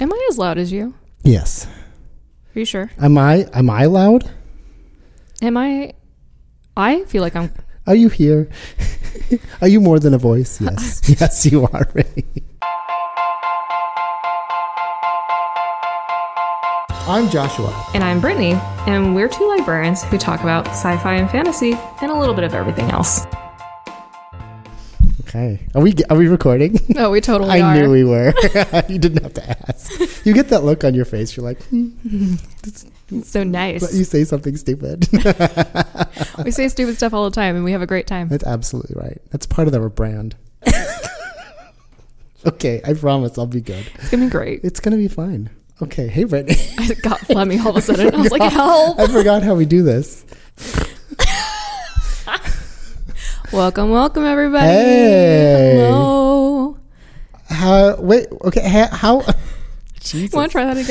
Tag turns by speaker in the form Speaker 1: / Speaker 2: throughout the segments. Speaker 1: Am I as loud as you?
Speaker 2: Yes.
Speaker 1: Are you sure?
Speaker 2: Am I am I loud?
Speaker 1: Am I? I feel like I'm.
Speaker 2: Are you here? are you more than a voice? Yes. yes, you are, Ray. I'm Joshua.
Speaker 1: And I'm Brittany, and we're two librarians who talk about sci fi and fantasy and a little bit of everything else.
Speaker 2: Okay. Are we are we recording?
Speaker 1: No, Oh, we totally
Speaker 2: I
Speaker 1: are.
Speaker 2: knew we were. you didn't have to ask. You get that look on your face. You're like, hmm,
Speaker 1: It's so
Speaker 2: let
Speaker 1: nice.
Speaker 2: you say something stupid.
Speaker 1: we say stupid stuff all the time, and we have a great time.
Speaker 2: That's absolutely right. That's part of our brand. okay, I promise I'll be good.
Speaker 1: It's gonna be great.
Speaker 2: It's gonna be fine. Okay, hey Brittany.
Speaker 1: I got Flemmy all of a sudden. I was like, help!
Speaker 2: I forgot how we do this.
Speaker 1: Welcome, welcome, everybody.
Speaker 2: Hey.
Speaker 1: Hello.
Speaker 2: How? Wait. Okay. ha- How? Jesus.
Speaker 1: Want to try that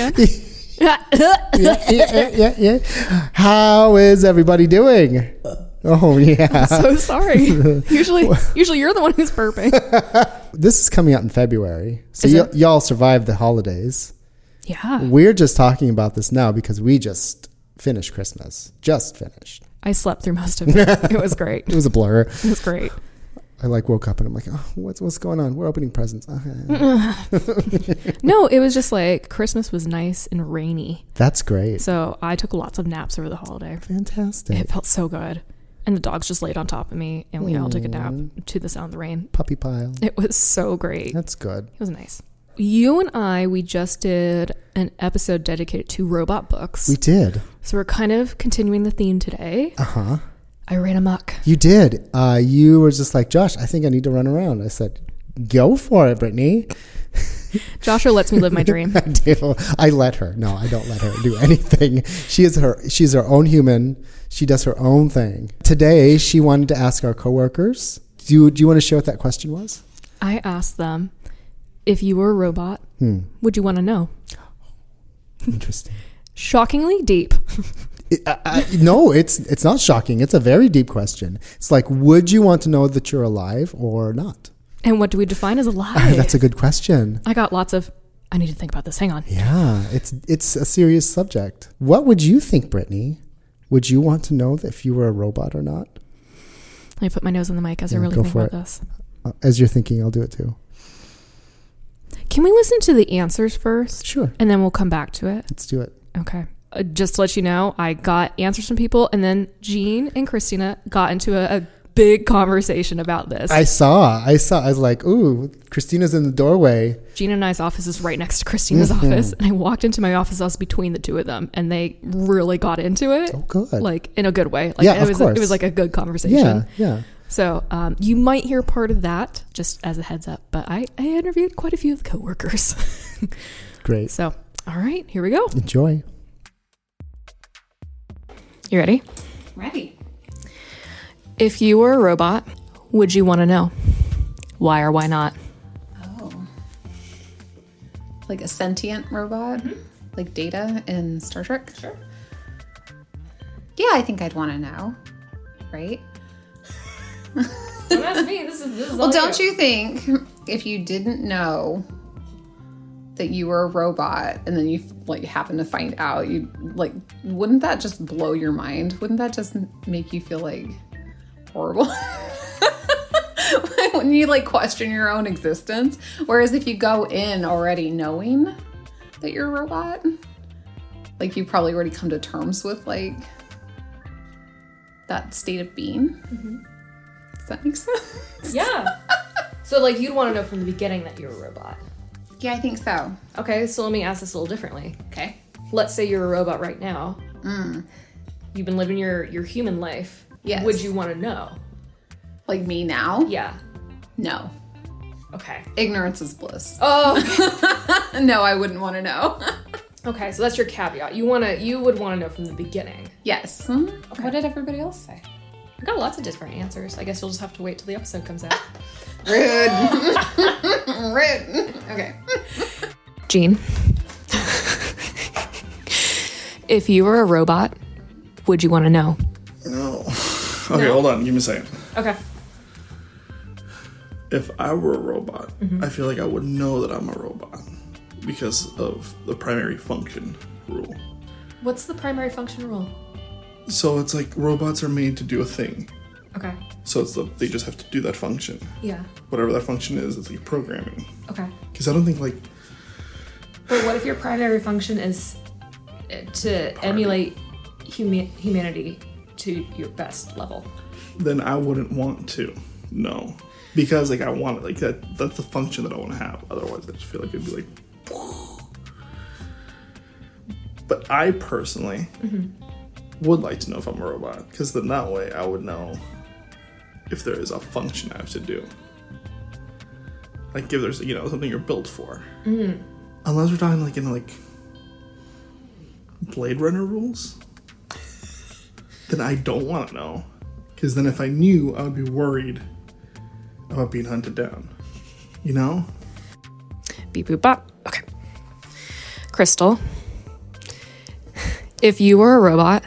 Speaker 1: again?
Speaker 2: yeah, yeah, yeah, yeah, yeah. How is everybody doing? Oh yeah.
Speaker 1: so sorry. Usually, usually you're the one who's burping.
Speaker 2: This is coming out in February, so
Speaker 1: Is
Speaker 2: y-
Speaker 1: it?
Speaker 2: y'all survived the holidays.
Speaker 1: Yeah,
Speaker 2: We're just talking about this now because we just finished Christmas. Just finished.
Speaker 1: I slept through most of it. It was great.
Speaker 2: It was a blur.
Speaker 1: It was great.
Speaker 2: I like woke up and I'm like, oh, what's what's going on? We're opening presents. Uh-huh. Okay.
Speaker 1: No, it was just like Christmas was nice and rainy.
Speaker 2: That's great.
Speaker 1: So I took lots of naps over the holiday.
Speaker 2: Fantastic.
Speaker 1: It felt so good. And the dogs just laid on top of me and we all took a nap to the sound of the rain.
Speaker 2: Puppy pile.
Speaker 1: It was so great. It
Speaker 2: That's good.
Speaker 1: was nice. You and I, we just did an episode dedicated to robot books.
Speaker 2: We did.
Speaker 1: so we're kind of continuing the theme today.
Speaker 2: Uh huh.
Speaker 1: I ran amok.
Speaker 2: You did. Uh, you were just like, Josh, I think I need to run around. I said, go for it, Brittany.
Speaker 1: Joshua lets me live my dream.
Speaker 2: I do. I let her. No, I don't let her do anything. She is her. She's her own human. She does her own thing. Today, she wanted to ask our coworkers. Do you, do you want to share what that question was?
Speaker 1: I asked them, if you were a robot, would you want to know?
Speaker 2: Hmm, Interesting.
Speaker 1: Shockingly deep.
Speaker 2: It- I, I, no, it's it's not shocking. It's a very deep question. It's like, would you want to know that you're alive or not?
Speaker 1: And what do we define as alive?
Speaker 2: That's a good question.
Speaker 1: I got lots of. I need to think about this. Hang on.
Speaker 2: Yeah, it's it's a serious subject. What would you think, Brittany? Would you want to know that if you were a robot or not?
Speaker 1: Let me put my nose in the mic as I
Speaker 2: Yeah,
Speaker 1: really
Speaker 2: go
Speaker 1: think
Speaker 2: for
Speaker 1: about this.
Speaker 2: Uh, As you're thinking, I'll do it too.
Speaker 1: Can we listen to the answers first,
Speaker 2: Sure,
Speaker 1: and then we'll come back to it?
Speaker 2: let's do it.
Speaker 1: Okay. Uh, just to let you know, I got answers from people, and then Jean and Christina got into a, a big conversation about this.
Speaker 2: I saw, I saw. I was like, "Ooh, Christina's in the doorway."
Speaker 1: Gina and I's office is right next to Christina's
Speaker 2: Mm-hmm.
Speaker 1: office, and I walked into my office. I was between the two of them, and they really got into it,
Speaker 2: Oh, good.
Speaker 1: like in a good way. Like
Speaker 2: Yeah,
Speaker 1: it
Speaker 2: of
Speaker 1: was,
Speaker 2: course.
Speaker 1: it was like a good conversation.
Speaker 2: yeah, yeah.
Speaker 1: So um, you might hear part of that just as a heads up. But I, I interviewed quite a few of the coworkers.
Speaker 2: Great.
Speaker 1: so all right, here we go.
Speaker 2: Enjoy.
Speaker 1: You ready?
Speaker 3: Ready.
Speaker 1: If you were a robot, would you want to know why or why not?
Speaker 3: Oh. Like a sentient robot? Like Data in Star Trek? Mm-hmm. Sure. Yeah, I think I'd want to know. Right? Well, don't you think if you didn't know that you were a robot and then you like happen to find out you like wouldn't that just blow your mind? Wouldn't that just make you feel like horrible? when you like question your own existence, whereas if you go in already knowing that you're a robot, like you probably already come to terms with like that state of being. Does that make sense?
Speaker 1: Yeah. so like you'd want to know from the beginning that you're a robot.
Speaker 3: Yeah, I think so.
Speaker 1: Okay, so let me ask this a little differently.
Speaker 3: Okay.
Speaker 1: Let's say you're a robot right now. Mm. You've been living your your human life.
Speaker 3: Yes.
Speaker 1: Would you want to know?
Speaker 3: Like me now?
Speaker 1: Yeah.
Speaker 3: No.
Speaker 1: Okay.
Speaker 3: Ignorance is bliss.
Speaker 1: Oh.
Speaker 3: no, I wouldn't want to know.
Speaker 1: Okay, so that's your caveat. You wanna, you would want to know from the beginning.
Speaker 3: yes. What did everybody else say?
Speaker 1: I got lots of different answers. I guess you'll just have to wait till the episode comes out.
Speaker 3: Rude. Rude. Okay.
Speaker 1: Gene, if you were a robot, would you want to know?
Speaker 4: No. Okay, hold on. Give me a second.
Speaker 1: Okay.
Speaker 4: If I were a robot, I feel like I would know that I'm a robot because of the primary function rule.
Speaker 5: What's the primary function rule?
Speaker 4: So it's like robots are made to do a thing.
Speaker 5: Okay.
Speaker 4: So it's the, they just have to do that function.
Speaker 5: Yeah.
Speaker 4: Whatever that function is, it's like programming.
Speaker 5: Okay.
Speaker 4: Because I don't think like
Speaker 5: But what if your primary function is
Speaker 1: eh,
Speaker 5: uh, to emulate huma- humanity to your best level?
Speaker 4: then I wouldn't want to. No. Because like I want it like that that's the function that I want to have. Otherwise I just feel like it'd be like But I personally would like to know if I'm a robot, because then that way I would know if there is a function I have to do. Like if there's you know something you're built for. Unless we're talking like in like Blade Runner rules, then I don't want to know. Because then if I knew, I would be worried about being hunted down. You know?
Speaker 1: Beep boop bop. Okay. Crystal, if you were a robot,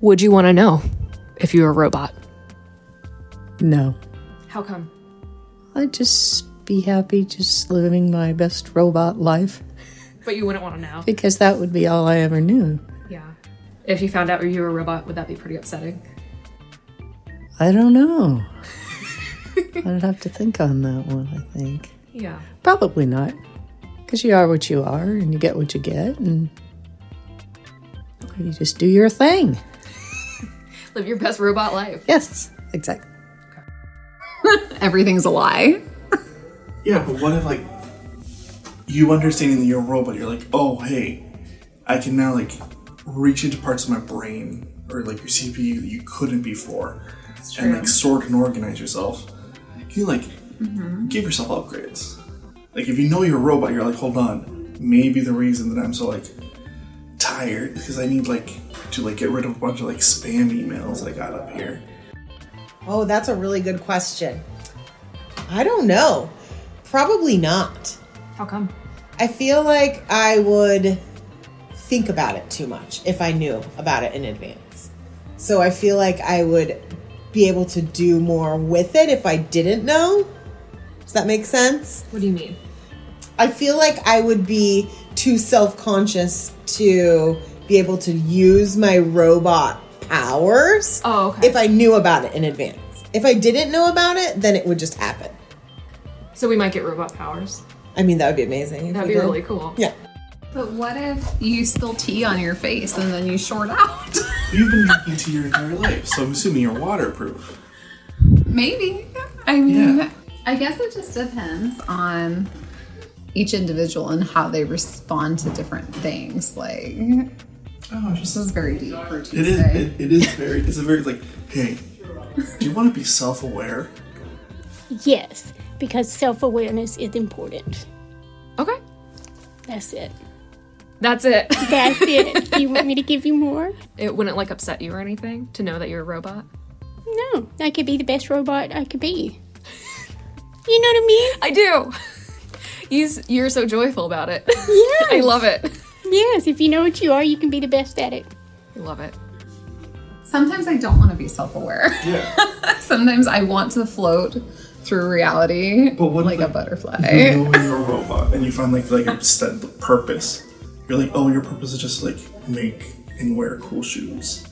Speaker 1: would you want to know if you were a robot?
Speaker 6: No.
Speaker 5: How come?
Speaker 6: I'd just be happy just living my best robot life
Speaker 5: But you wouldn't want to know.
Speaker 6: because that would be all I ever knew.
Speaker 5: Yeah. If you found out you were a robot, would that be pretty upsetting?
Speaker 6: I don't know. I'd have to think on that one, I think.
Speaker 5: Yeah.
Speaker 6: Probably not. Because you are what you are and you get what you get and you just do your thing.
Speaker 5: Live your best robot life.
Speaker 6: Yes, exactly.
Speaker 3: Everything's a lie.
Speaker 4: Yeah, but what if like you understanding that you're a robot, you're like, oh hey, I can now like reach into parts of my brain or like your CPU that you couldn't before and like sort and organize yourself. Can you like give yourself upgrades? Like if you know you're a robot, you're like, hold on, maybe the reason that I'm so like tired is because I need like to like get rid of a bunch of like spam emails that I got up here.
Speaker 7: Oh, that's a really good question. I don't know. Probably not.
Speaker 5: How come?
Speaker 7: I feel like I would think about it too much if I knew about it in advance. So I feel like I would be able to do more with it if I didn't know. Does that make sense?
Speaker 5: What do you mean?
Speaker 7: I feel like I would be too self conscious to be able to use my robot powers
Speaker 5: Oh, okay.
Speaker 7: if I knew about it in advance. If I didn't know about it, then it would just happen.
Speaker 5: So we might get robot powers.
Speaker 7: I mean, that would be amazing. if
Speaker 5: That'd
Speaker 7: we
Speaker 5: be
Speaker 7: did.
Speaker 5: really cool.
Speaker 7: Yeah.
Speaker 3: But what if you spill tea on your face and then you short out?
Speaker 4: You've been drinking tea your entire life, so I'm assuming you're waterproof.
Speaker 3: Maybe. I mean,
Speaker 4: Yeah.
Speaker 3: I guess it just depends on each individual and how they respond to different things. Like,
Speaker 4: Oh, just
Speaker 3: this is very deep for Tuesday.
Speaker 4: It is. It, it is very. It's a very like. Hey, do you want to be self-aware?
Speaker 8: Yes, because self awareness is important.
Speaker 1: Okay.
Speaker 8: That's it.
Speaker 1: That's it.
Speaker 8: That's it. Do you want me to give you more?
Speaker 1: It wouldn't like upset you or anything to know that you're a robot.
Speaker 8: No, I could be the best robot I could be. You know what I mean?
Speaker 1: I do. He's, you're so joyful about it.
Speaker 8: Yes.
Speaker 1: I love it.
Speaker 8: Yes, if you know what you are, you can be the best at it.
Speaker 1: I love it.
Speaker 3: Sometimes I don't want to be self aware.
Speaker 4: Yeah.
Speaker 3: Sometimes I want to float through reality
Speaker 4: But what
Speaker 3: like
Speaker 4: if
Speaker 3: a
Speaker 4: I-
Speaker 3: butterfly.
Speaker 4: You know you're a robot, and you find like like a set purpose. You're like, oh, your purpose is just like make and wear cool shoes.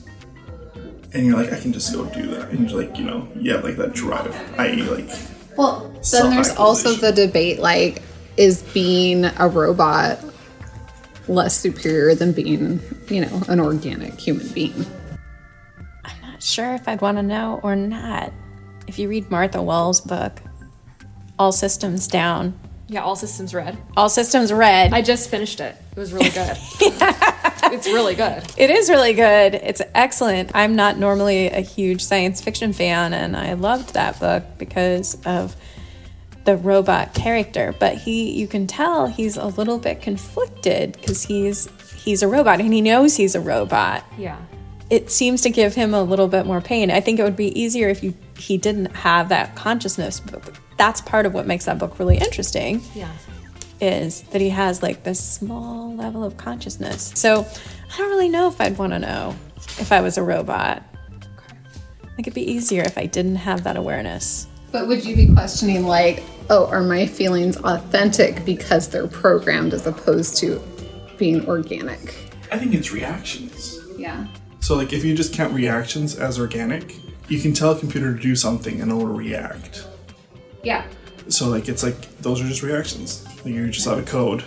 Speaker 4: And you're like, I can just go do that. And you're like, you know, yeah, like that drive. I e, like.
Speaker 3: Well, then there's also the debate like, is being a robot less superior than being, you know, an organic human being?
Speaker 9: Not sure if I'd want to know or not. If you read Martha Well's book, All Systems Down,
Speaker 5: Yeah, all systems red.
Speaker 9: All Systems Red,
Speaker 5: I just finished it. It was really good. it's really good.
Speaker 9: it is really good. It's excellent. I'm not normally a huge science fiction fan, and I loved that book because of the robot character. But he, you can tell he's a little bit conflicted because he's he's a robot and he knows he's a robot.
Speaker 5: Yeah.
Speaker 9: it seems to give him a little bit more pain. I think it would be easier if you he didn't have that consciousness. But that's part of what makes that book really interesting.
Speaker 5: Yeah.
Speaker 9: Is that he has like this small level of consciousness. So I don't really know if I'd want to know if I was a robot. I think it'd be easier if I didn't have that awareness.
Speaker 3: But would you be questioning like oh, are my feelings authentic because they're programmed as opposed to being organic?
Speaker 4: I think it's reactions.
Speaker 3: Yeah.
Speaker 4: So, like, if you just count reactions as organic, you can tell a computer to do something and it'll react.
Speaker 5: Yeah.
Speaker 4: So, like, it's like those are just reactions. Like, you just have a code,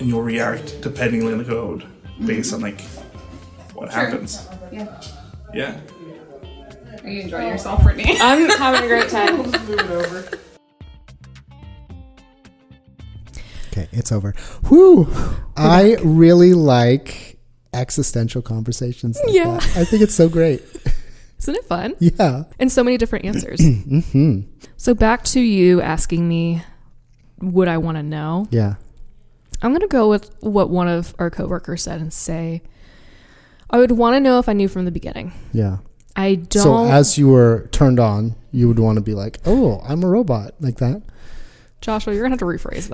Speaker 4: and you'll react depending on the code based on like what happens.
Speaker 3: Yeah.
Speaker 4: Yeah.
Speaker 3: Are you enjoying yourself, Brittany?
Speaker 5: I'm having a great time.
Speaker 2: Okay, it's over. Whew. I really like existential conversations. Like
Speaker 1: Yeah.
Speaker 2: that. I think it's so great.
Speaker 1: Isn't it fun?
Speaker 2: Yeah.
Speaker 1: And so many different answers. mm-hmm. So back to you asking me, would I want to know?
Speaker 2: Yeah.
Speaker 1: I'm going to go with what one of our coworkers said and say, I would want to know if I knew from the beginning.
Speaker 2: Yeah.
Speaker 1: I don't.
Speaker 2: So as you were turned on, you would want to be like, "Oh, I'm a robot," like that.
Speaker 1: Joshua, you're going to have to rephrase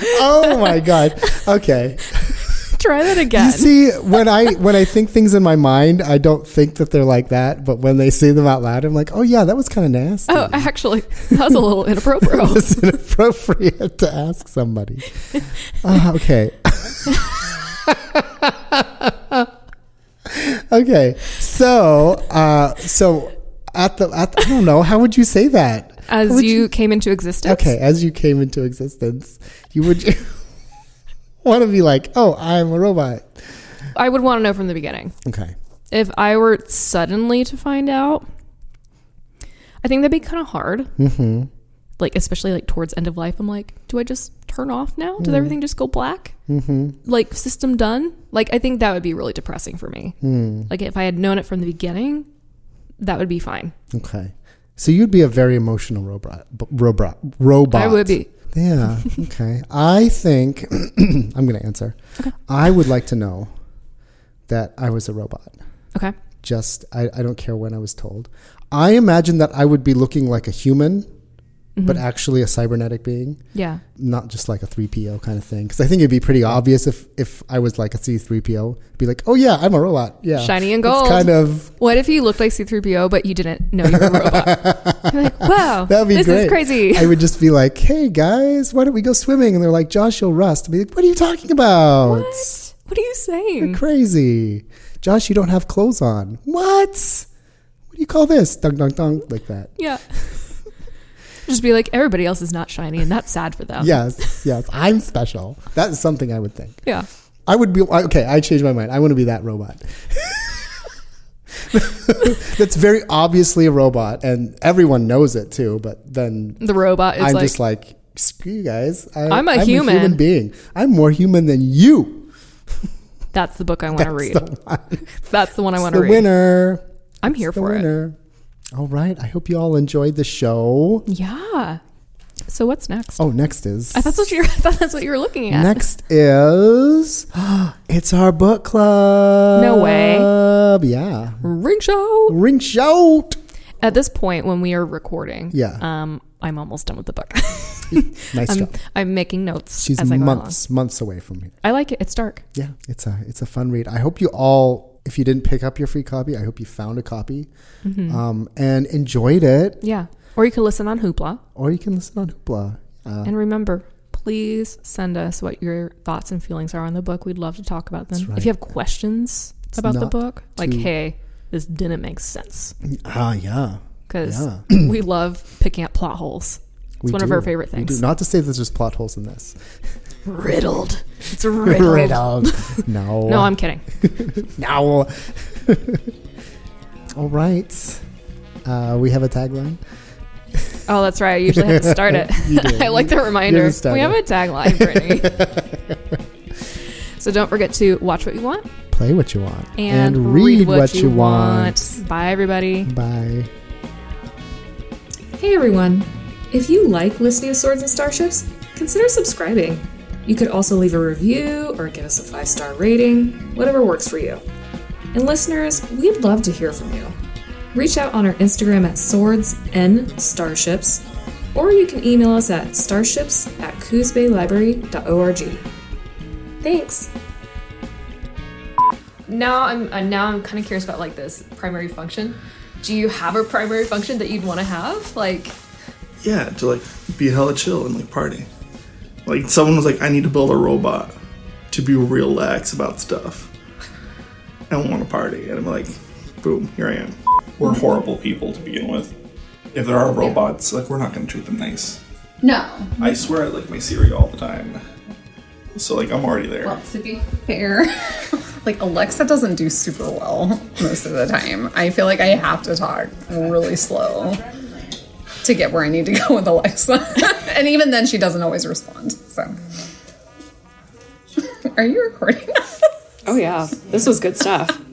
Speaker 1: that.
Speaker 2: Oh my god. Okay.
Speaker 1: Try that again.
Speaker 2: You see, when I when I think things in my mind, I don't think that they're like that. But when they say them out loud, I'm like, "Oh yeah, that was kind of nasty."
Speaker 1: oh, actually, that was a little inappropriate.
Speaker 2: It's inappropriate to ask somebody. Ah, okay. okay. So, uh, so at the at, I don't know how would you say that
Speaker 1: As
Speaker 2: Would
Speaker 1: you, came into existence.
Speaker 2: Okay, as you came into existence, you would want to be like, "Oh, I'm a robot."
Speaker 1: I would want to know from the beginning.
Speaker 2: Okay.
Speaker 1: If I were suddenly to find out, I think that'd be kind of hard. Mm-hmm. Like, especially like towards end of life, I'm like, do I just turn off now? Does everything just go black? Mm-hmm. Like, system done? Like, I think that would be really depressing for me. Like, if I had known it from the beginning, that would be fine.
Speaker 2: Okay. So you'd be a very emotional robot. b- Robot. Robot.
Speaker 1: I would be.
Speaker 2: Yeah. Okay. I think I'm going to answer. I would like to know that I was a robot.
Speaker 1: Okay.
Speaker 2: Just I, I don't care when I was told. I imagine that I would be looking like a human, but actually a cybernetic being.
Speaker 1: Yeah.
Speaker 2: not just like a 3PO kind of thing. Because I think it'd be pretty obvious if, if I was like a C3PO, be like, oh yeah, I'm a robot. Yeah.
Speaker 1: Shiny and
Speaker 2: It's
Speaker 1: gold.
Speaker 2: kind of,
Speaker 1: What if you looked like C3PO, but you didn't know you were a robot? You're like, wow,
Speaker 2: that'd be
Speaker 1: this
Speaker 2: great.
Speaker 1: is crazy.
Speaker 2: I would just be like, hey guys, why don't we go swimming? And they're like, Josh, you'll rust. I'd be like, what are you talking about?
Speaker 1: what? What are you
Speaker 2: You're
Speaker 1: saying?
Speaker 2: crazy. Josh, you don't have clothes on. What? What do you call this? Dunk, dunk, dunk, like that.
Speaker 1: Yeah. Just be like, everybody else is not shiny, and that's sad for them.
Speaker 2: Yes, yes, I'm special. That is something I would think.
Speaker 1: Yeah.
Speaker 2: I would be I- okay. I changed my mind. I want to be that robot. That's very obviously a robot, and everyone knows it too. But then
Speaker 1: The robot is
Speaker 2: I'm
Speaker 1: like,
Speaker 2: just like, screw you guys. I,
Speaker 1: I'm a
Speaker 2: a human
Speaker 1: human."
Speaker 2: being. I'm more human than you.
Speaker 1: that's the book I want to read.
Speaker 2: The, one-
Speaker 1: that's the one I want
Speaker 2: the
Speaker 1: to read.
Speaker 2: winner.
Speaker 1: I'm here
Speaker 2: The
Speaker 1: for it.
Speaker 2: winner. All right. I hope you all enjoyed the show.
Speaker 1: Yeah. So what's next?
Speaker 2: Oh, next is
Speaker 1: I thought that's what you I thought that's what you were looking at.
Speaker 2: Next is it's our book club.
Speaker 1: No way.
Speaker 2: Yeah.
Speaker 1: Ring show.
Speaker 2: Ring shout.
Speaker 1: At this point, when we are recording,
Speaker 2: Yeah.
Speaker 1: um, I'm almost done with the book.
Speaker 2: Nice
Speaker 1: I'm,
Speaker 2: job.
Speaker 1: I'm making notes
Speaker 2: She's
Speaker 1: as I go along.
Speaker 2: months, months away from here.
Speaker 1: I like it. It's dark.
Speaker 2: Yeah, it's a it's a fun read. I hope you all, if you didn't pick up your free copy, I hope you found a copy
Speaker 1: Mm-hmm.
Speaker 2: um, and enjoyed it.
Speaker 1: Yeah. Or you could listen on Hoopla.
Speaker 2: Or you can listen on Hoopla. Uh,
Speaker 1: And remember, please send us what your thoughts and feelings are on the book. We'd love to talk about them.
Speaker 2: right.
Speaker 1: If you have questions about the
Speaker 2: not
Speaker 1: book, like,
Speaker 2: too-
Speaker 1: hey, this didn't make sense.
Speaker 2: ah, yeah.
Speaker 1: Because
Speaker 2: Yeah.
Speaker 1: we love picking up plot holes. It's
Speaker 2: We
Speaker 1: one of
Speaker 2: do.
Speaker 1: our favorite
Speaker 2: We do.
Speaker 1: things.
Speaker 2: Not to say that there's plot holes in this.
Speaker 1: Riddled. It's riddled.
Speaker 2: Riddled. no.
Speaker 1: No, I'm kidding.
Speaker 2: No. all right. Uh, we have a tagline.
Speaker 1: Oh, that's right. I usually have to start it.
Speaker 2: You do.
Speaker 1: I like the reminder.
Speaker 2: start
Speaker 1: We have a
Speaker 2: it.
Speaker 1: tagline, Brittany. so don't forget to watch what you want
Speaker 2: Play what you want
Speaker 1: and, read, what, you, want. Bye, everybody.
Speaker 2: want. Bye.
Speaker 5: Hey everyone! If you like listening to Swords and Starships, consider subscribing. You could also leave a review or give us a five star rating, whatever works for you. And listeners, we'd love to hear from you. Reach out on our Instagram at Swords and Starships, or you can email us at starships at coosbaylibrary.org. Thanks! Now I'm uh, now I'm kind of curious about like this primary function.
Speaker 1: do you have a primary function that you'd want to have? Like,
Speaker 4: Yeah, to like be hella chill and like party. Like someone was like, I need to build a robot to be real lax about stuff. I don't want to party, and I'm like, boom, here I am. We're horrible people to begin with. If there are robots, like we're not gonna treat them nice.
Speaker 3: No.
Speaker 4: I swear I like my cereal all the time. So like I'm already there.
Speaker 3: Well, to be fair, like Alexa doesn't do super well most of the time. I feel like I have to talk really slow to get where I need to go with Alexa. and even then, she doesn't always respond. So, are you recording?
Speaker 5: Oh yeah, this was good stuff.